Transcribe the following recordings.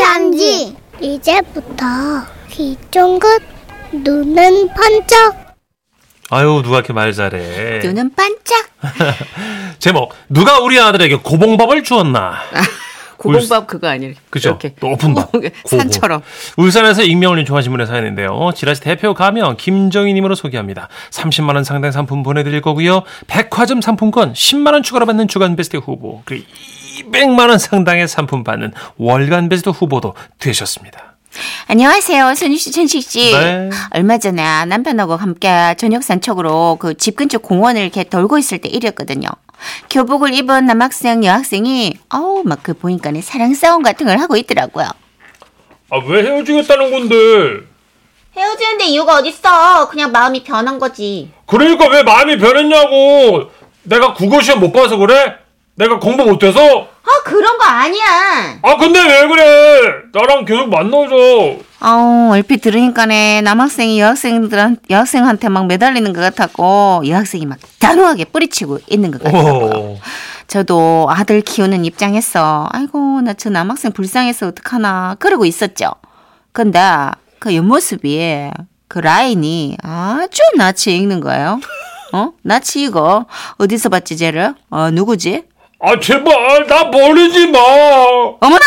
반지. 이제부터 귀 쫑긋, 눈은 번쩍. 아유 누가 이렇게 말 잘해. 눈은 반짝. 제목 누가 우리 아들에게 고봉밥을 주었나. 고봉밥 그거 아니에요. 그죠? 이렇게. 높은 밥. 고봉, 산처럼. 울산에서 익명을 요청하신 분의 사연인데요. 지라시 대표 가면 김정희님으로 소개합니다. 30만 원 상당 상품 보내드릴 거고요. 백화점 상품권 10만 원 추가로 받는 주간 베스트 후보 그리고 200만 원 상당의 상품 받는 월간 베스트 후보도 되셨습니다. 안녕하세요. 선희 씨, 천식 씨. 네. 얼마 전에 남편하고 함께 저녁 산책으로 그 집 근처 공원을 이렇게 돌고 있을 때 일이었거든요. 교복을 입은 남학생, 여학생이 어우 막 그 보니까 사랑 싸움 같은 걸 하고 있더라고요. 아 왜 헤어지겠다는 건데? 헤어지는데 이유가 어딨어. 그냥 마음이 변한 거지. 그러니까 왜 마음이 변했냐고? 내가 국어 시험 못 봐서 그래? 내가 공부 못해서? 아, 그런 거 아니야. 아 근데 왜 그래? 나랑 계속 만나자. 아우 얼핏 들으니까네 남학생이 여학생들한 여학생한테 막 매달리는 것 같았고 여학생이 막 단호하게 뿌리치고 있는 것 같더라고요. 오. 저도 아들 키우는 입장에서 아이고 나 저 남학생 불쌍해서 어떡하나 그러고 있었죠. 근데 그 옆모습이 그 라인이 아주 낯이 익는 거예요. 어? 낯이 익어. 어디서 봤지 쟤를? 어 누구지? 아 제발 나 버리지 마. 어머나!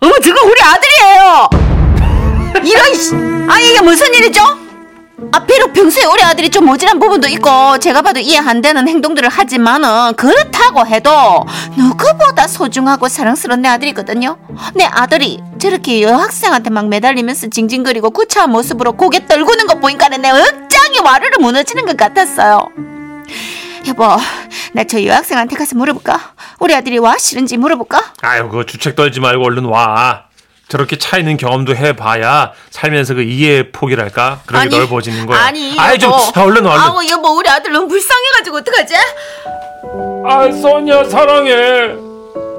어머 저거 우리 아들이에요! 이런 씨. 아 이게 무슨 일이죠? 아 비록 평소에 우리 아들이 좀 모질한 부분도 있고 제가 봐도 이해 안 되는 행동들을 하지만은 그렇다고 해도 누구보다 소중하고 사랑스러운 내 아들이거든요. 내 아들이 저렇게 여학생한테 막 매달리면서 징징거리고 구차한 모습으로 고개 떨구는 거 보니까는 내 억장이 와르르 무너지는 것 같았어요. 여보, 나 저 여학생한테 가서 물어볼까? 우리 아들이 와 싫은지 물어볼까? 아유 그 주책 떨지 말고 얼른 와. 저렇게 차 있는 경험도 해봐야 살면서 그 이해 폭이랄까 그런 게 넓어지는 거야. 아니, 아이 좀 여보. 아, 얼른 와. 얼른. 아우 여보 우리 아들 너무 불쌍해가지고 어떡하지? 아 써니야 사랑해.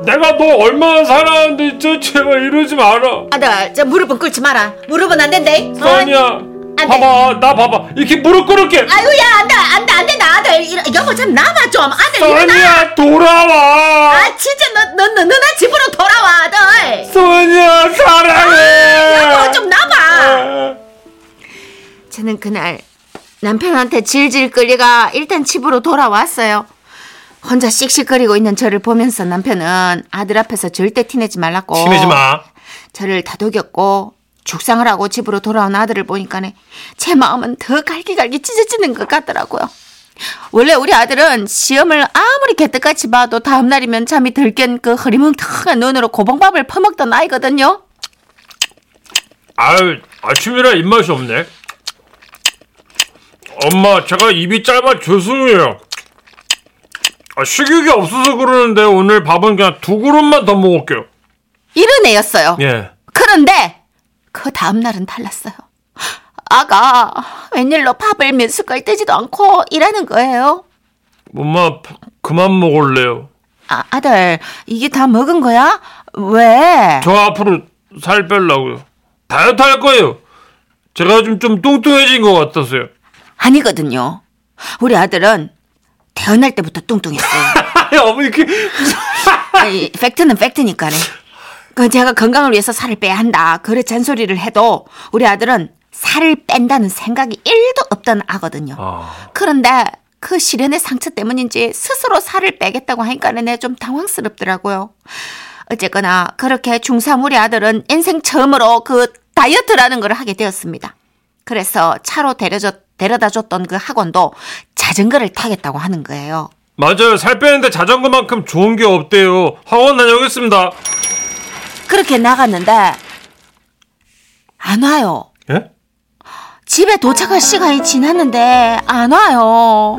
내가 너 얼마나 사랑하는데 저 제발 이러지 마라. 아들, 저 무릎은 꿇지 마라. 무릎은 안 된대. 써니야. 안 돼. 봐봐 나 봐봐 이렇게 무릎 꿇을게. 아유, 야, 안 돼, 안 돼, 안 돼, 나 아들. 이러- 여보, 참, 남아, 좀. 아들, 일어나. 써니야 돌아와. 아, 진짜, 너, 너, 너, 너나 집으로 돌아와, 아들. 써니야 사랑해. 아. 여보, 아, 좀 나봐. 저는 그날 남편한테 질질 끌리가 일단 집으로 돌아왔어요. 혼자 씩씩거리고 있는 저를 보면서 남편은 아들 앞에서 절대 티내지 말라고 치매지 마. 저를 다독였고 죽상을 하고 집으로 돌아온 아들을 보니까는 제 마음은 더 갈기갈기 찢어지는 것 같더라고요. 원래 우리 아들은 시험을 아무리 개떡같이 봐도 다음날이면 잠이 들깬 그 흐리멍텅한 눈으로 고봉밥을 퍼먹던 아이거든요. 아유, 아침이라 입맛이 없네. 엄마, 제가 입이 짧아 죄송해요. 아, 식욕이 없어서 그러는데 오늘 밥은 그냥 두 그릇만 더 먹을게요. 이런 애였어요. 예. 그런데 그 다음날은 달랐어요. 아가 웬일로 밥을 몇 숟갈 떼지도 않고 일하는 거예요. 엄마, 밥 그만 먹을래요. 아, 아들 이게 다 먹은 거야? 왜? 저 앞으로 살 빼려고요. 다이어트 할 거예요. 제가 좀, 좀 뚱뚱해진 것 같아서요. 아니거든요. 우리 아들은 태어날 때부터 뚱뚱했어요. 어머니, 그, 아니, 팩트는 팩트니까네. 그 제가 건강을 위해서 살을 빼야 한다. 그래 잔소리를 해도 우리 아들은 살을 뺀다는 생각이 1도 없던 아거든요. 아. 그런데 그 시련의 상처 때문인지 스스로 살을 빼겠다고 하니까는 내가 좀 당황스럽더라고요. 어쨌거나 그렇게 중3 우리 아들은 인생 처음으로 그 다이어트라는 걸 하게 되었습니다. 그래서 차로 데려줬, 데려다 줬던 그 학원도 자전거를 타겠다고 하는 거예요. 맞아요. 살 빼는데 자전거만큼 좋은 게 없대요. 학원 다녀오겠습니다. 그렇게 나갔는데 안 와요. 예? 집에 도착할 시간이 지났는데 안 와요.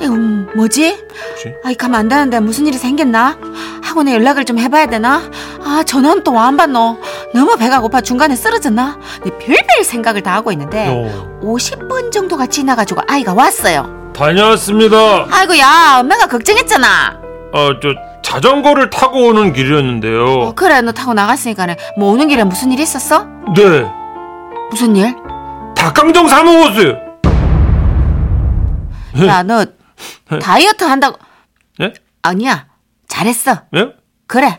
이거 뭐지? 뭐지? 아이 가면 안 되는데 무슨 일이 생겼나? 학원에 연락을 좀 해봐야 되나? 아 전화는 또 안 받노? 너무 배가 고파 중간에 쓰러졌나? 네, 별별 생각을 다 하고 있는데 요. 50분 정도가 지나가지고 아이가 왔어요. 다녀왔습니다. 아이고야 엄마가 걱정했잖아. 어, 저 자전거를 타고 오는 길이었는데요. 어, 그래 너 타고 나갔으니까는 뭐 오는 길에 무슨 일 있었어? 네, 무슨 일? 닭강정 사 먹었어요. 네. 야 너 다이어트 한다고 예? 아니야 잘했어. 예? 그래.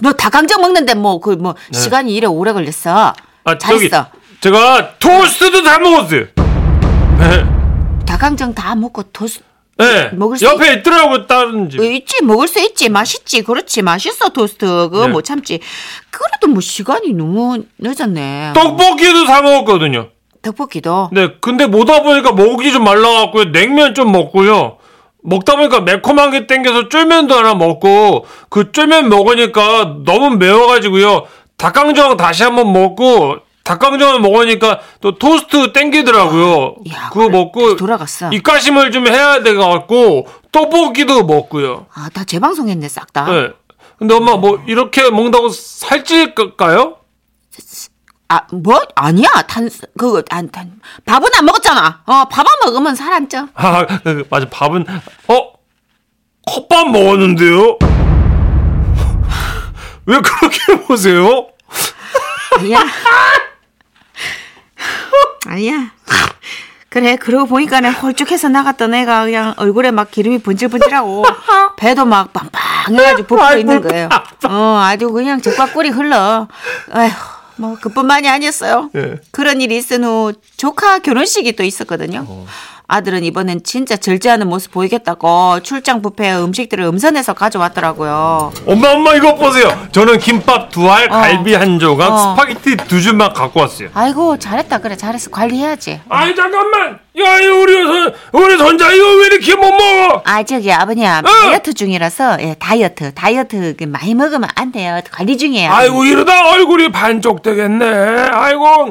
너 닭강정 먹는데 뭐 그 뭐 네. 시간이 이래 오래 걸렸어. 아, 저기 잘했어. 제가 토스트도 다 먹었어요. 네. 닭강정 다 먹고 토스 네. 먹을 수 옆에 있더라고 다른 집. 어, 있지 먹을 수 있지 맛있지 그렇지 맛있어 토스트 그거 네. 못 참지 그래도 뭐 시간이 너무 늦었네 떡볶이도 사 먹었거든요. 떡볶이도 네, 근데 먹다 보니까 목이 좀 말라갖고요. 냉면 좀 먹고요. 먹다 보니까 매콤한 게 땡겨서 쫄면도 하나 먹고, 그 쫄면 먹으니까 너무 매워가지고요. 닭강정 다시 한번 먹고, 닭강정을 먹으니까 또 토스트 땡기더라고요. 야, 그거 먹고, 돌아갔어 입가심을 좀 해야 돼갖고, 떡볶이도 먹고요. 아 다 재방송했네 싹다 네. 근데 엄마 뭐 이렇게 먹는다고 살찔까요? 아, 뭐? 아니야. 탄, 그거, 안, 탄, 밥은 안 먹었잖아. 어, 밥만 먹으면 살 안 쪄. 아, 그, 맞아. 밥은 어 컵밥 먹었는데요. 왜 그렇게 보세요? 아니야. 아니야. 그래, 그러고 보니까는 홀쭉해서 나갔던 애가 그냥 얼굴에 막 기름이 번질번질하고 배도 막 빵빵해가지고 부풀어 있는 거예요. 어, 아주 그냥 적밥꿀이 흘러. 아휴, 뭐 그뿐만이 아니었어요. 예. 그런 일이 있은 후 조카 결혼식이 또 있었거든요. 아들은 이번엔 진짜 절제하는 모습 보이겠다고 출장 뷔페 음식들을 음선해서 가져왔더라고요. 엄마 엄마 이거 보세요. 저는 김밥 두 알, 갈비 한 조각, 어. 스파게티 두 줄만 갖고 왔어요. 아이고 잘했다 그래 잘했어 관리해야지. 아이 잠깐만. 야, 이 우리 선 우리 손자 이거 왜 이렇게 못 먹어? 아 저기 아버님 다이어트 중이라서 예, 다이어트 다이어트 그 많이 먹으면 안 돼요 관리 중이에요. 아이고 이러다 얼굴이 반쪽 되겠네. 아이고.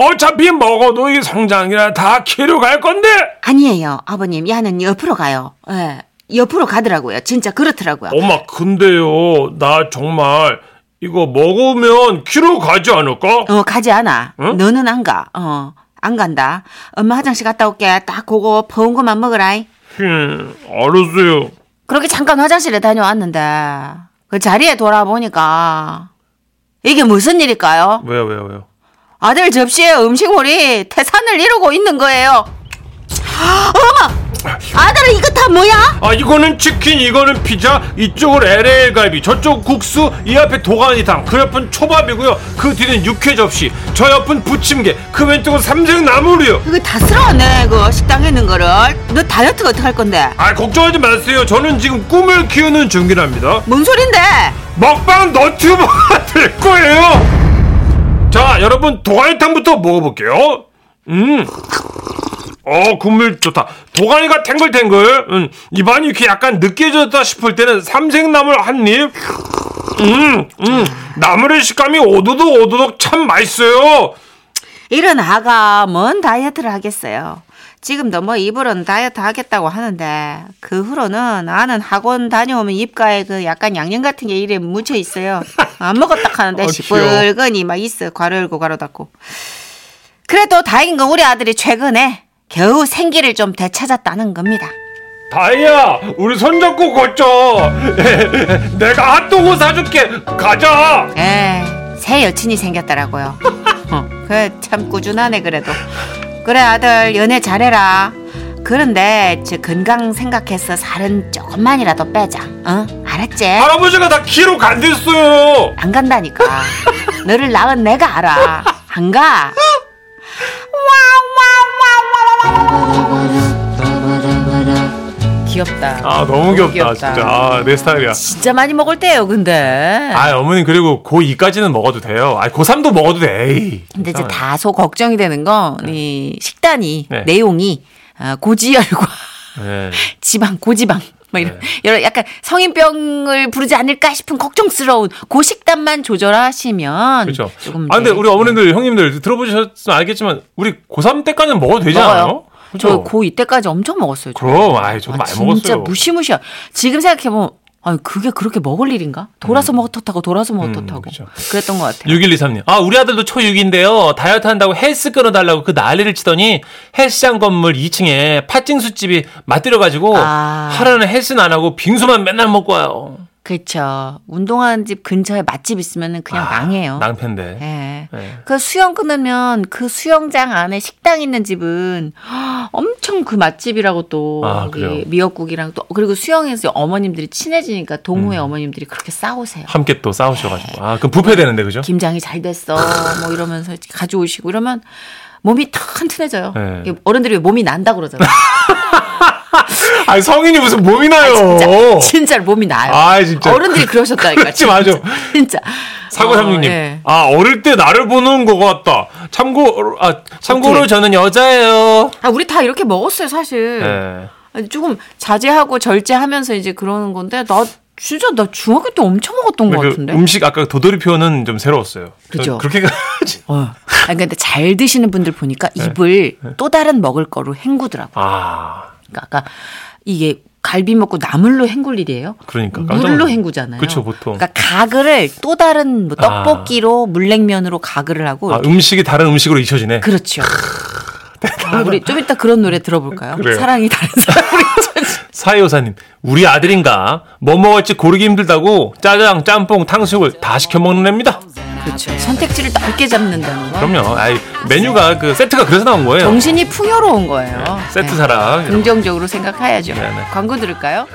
어차피 먹어도 이 성장이라 다 키로 갈 건데. 아니에요 아버님 야는 옆으로 가요. 예 옆으로 가더라고요 진짜 그렇더라고요. 엄마 근데요 나 정말 이거 먹으면 키로 가지 않을까? 어 가지 않아. 응? 너는 안 가. 어 안 간다. 엄마 화장실 갔다 올게. 딱 그거 버운 것만 먹으라이. 흠, 알았어요. 그렇게 잠깐 화장실에 다녀왔는데 그 자리에 돌아보니까 이게 무슨 일일까요? 왜요 왜요 왜요? 아들 접시에 음식물이 태산을 이루고 있는 거예요. 어머! 아들아 이거 다 뭐야? 아 이거는 치킨 이거는 피자 이쪽은 LA 갈비 저쪽 국수 이 앞에 도가니탕 그 옆은 초밥이고요 그 뒤는 육회 접시 저 옆은 부침개 그 왼쪽은 삼색나물이요. 이거 다 쓸어왔네 이거 식당에 있는 거를. 너 다이어트가 어떡할 건데? 아 걱정하지 마세요 저는 지금 꿈을 키우는 중이랍니다. 뭔 소린데? 먹방 너튜버가 될 거예요. 자, 여러분 도가니탕부터 먹어볼게요. 음, 어 국물 좋다. 도가니가 탱글탱글. 음, 입안이 이렇게 약간 느껴졌다 싶을 때는 삼색나물 한 입. 음, 음, 나물의 식감이 오도독 오도독 참 맛있어요. 이런 아가 뭔 다이어트를 하겠어요. 지금도 뭐 입으로는 다이어트 하겠다고 하는데 그 후로는 아는 학원 다녀오면 입가에 그 약간 양념 같은 게 이래 묻혀 있어요. 안 먹었다 하는데 아, 귀여워. 시뻘건이 막 있어. 괄호 열고 괄호 닫고. 그래도 다행인 건 우리 아들이 최근에 겨우 생기를 좀 되찾았다는 겁니다. 다이야, 우리 손 잡고 걷자. 내가 핫도그 사줄게. 가자. 예, 새 여친이 생겼더라고요. 어, 그참 꾸준하네 그래도. 그래 아들 연애 잘해라. 그런데 저 건강 생각해서 살은 조금만이라도 빼자. 어? 알았지? 할아버지가 다 키로 간댔어요. 안 간다니까. 너를 낳은 내가 알아. 안 가. 귀엽다. 네. 아 너무 귀엽다, 진짜 아, 내 스타일이야 진짜 많이 먹을 때예요, 근데. 아 어머니 그리고 고2까지는 먹어도 돼요 아 고3도 먹어도 돼 에이. 근데 이제 다소 걱정이 되는 건 이 식단이 아, 예. 네. 내용이 아, 고지혈과 네. 지방 고지방 막 이런 여러 약간 성인병을 부르지 않을까 싶은 걱정스러운 고식단만 조절하시면 그렇죠 조금 네. 아 근데 이제 우리 어머님들 형님들 들어보셨으면 알겠지만 우리 고3 때까지는 먹어도 되지 먹어요. 않아요? 저 그죠? 고2 때까지 엄청 먹었어요. 저. 그럼 아이 저도 아, 많이 진짜 먹었어요 무시무시야. 지금 생각해 보면 아 그게 그렇게 먹을 일인가? 돌아서 먹었다고 돌아서 음, 먹었다고 그렇죠. 그랬던 것 같아요. 6123님. 아, 우리 아들도 초6인데요. 다이어트 한다고 헬스 끊어달라고 그 난리를 치더니 헬스장 건물 2층에 팥빙수집이 맞들여가지고 아. 하루는 헬스는 안 하고 빙수만 맨날 먹고 와요. 그렇죠. 운동하는 집 근처에 맛집 있으면은 그냥 아, 망해요. 낭패인데. 예. 예. 그 수영 끊으면 그 수영장 안에 식당 있는 집은 허, 엄청 그 맛집이라고 또 아, 거기 그래요? 미역국이랑 또 그리고 수영에서 어머님들이 친해지니까 동호회 음. 어머님들이 그렇게 싸우세요. 함께 또 싸우셔가지고. 아, 그럼 부패되는데, 그죠? 김장이 잘 됐어. 뭐 이러면서 가져오시고 이러면 몸이 튼튼해져요. 네. 이게 어른들이 왜 몸이 난다 그러잖아요. 아니, 성인이 무슨 몸이 나요. 아, 진짜 몸이 나요. 아, 진짜. 어른들이 그러셨다니까. 그렇지, 맞아. 진짜. 사고삼육님. 어, 예. 아, 어릴 때 나를 보는 거 같다. 참고로, 아, 참고로 어떻게? 저는 여자예요. 아, 우리 다 이렇게 먹었어요, 사실. 예. 아니, 조금 자제하고 절제하면서 이제 그러는 건데 나 진짜 나 중학교 때 엄청 먹었던 것 그 같은데. 음식 아까 도돌이 표현은 좀 새로웠어요. 그죠? 그렇게 가지. 어. 아니 근데 잘 드시는 분들 보니까 네. 입을 또 다른 먹을 거로 헹구더라고. 아, 그러니까 아까 이게 갈비 먹고 나물로 헹굴 일이에요. 그러니까 깜짝 물로 놀랐- 헹구잖아요. 그쵸, 보통. 그러니까 가글을 또 다른 뭐 떡볶이로 물냉면으로 가글을 하고 아, 음식이 다른 음식으로 잊혀지네. 뭐 그렇죠. 아, 우리 좀 이따 그런 노래 들어볼까요? 그래요. 사랑이 다른 사람을 잊혀지. 사회호사님, 우리 아들인가? 뭐 먹을지 고르기 힘들다고 짜장, 짬뽕, 탕수육을 다 시켜 먹는 애입니다. 그렇죠. 선택지를 넓게 잡는다는 거. 그럼요. 아이, 메뉴가 그 세트가 그래서 나온 거예요. 정신이 풍요로운 거예요. 세트 네. 사랑. 긍정적으로 생각해야죠. 네, 네. 광고 들을까요?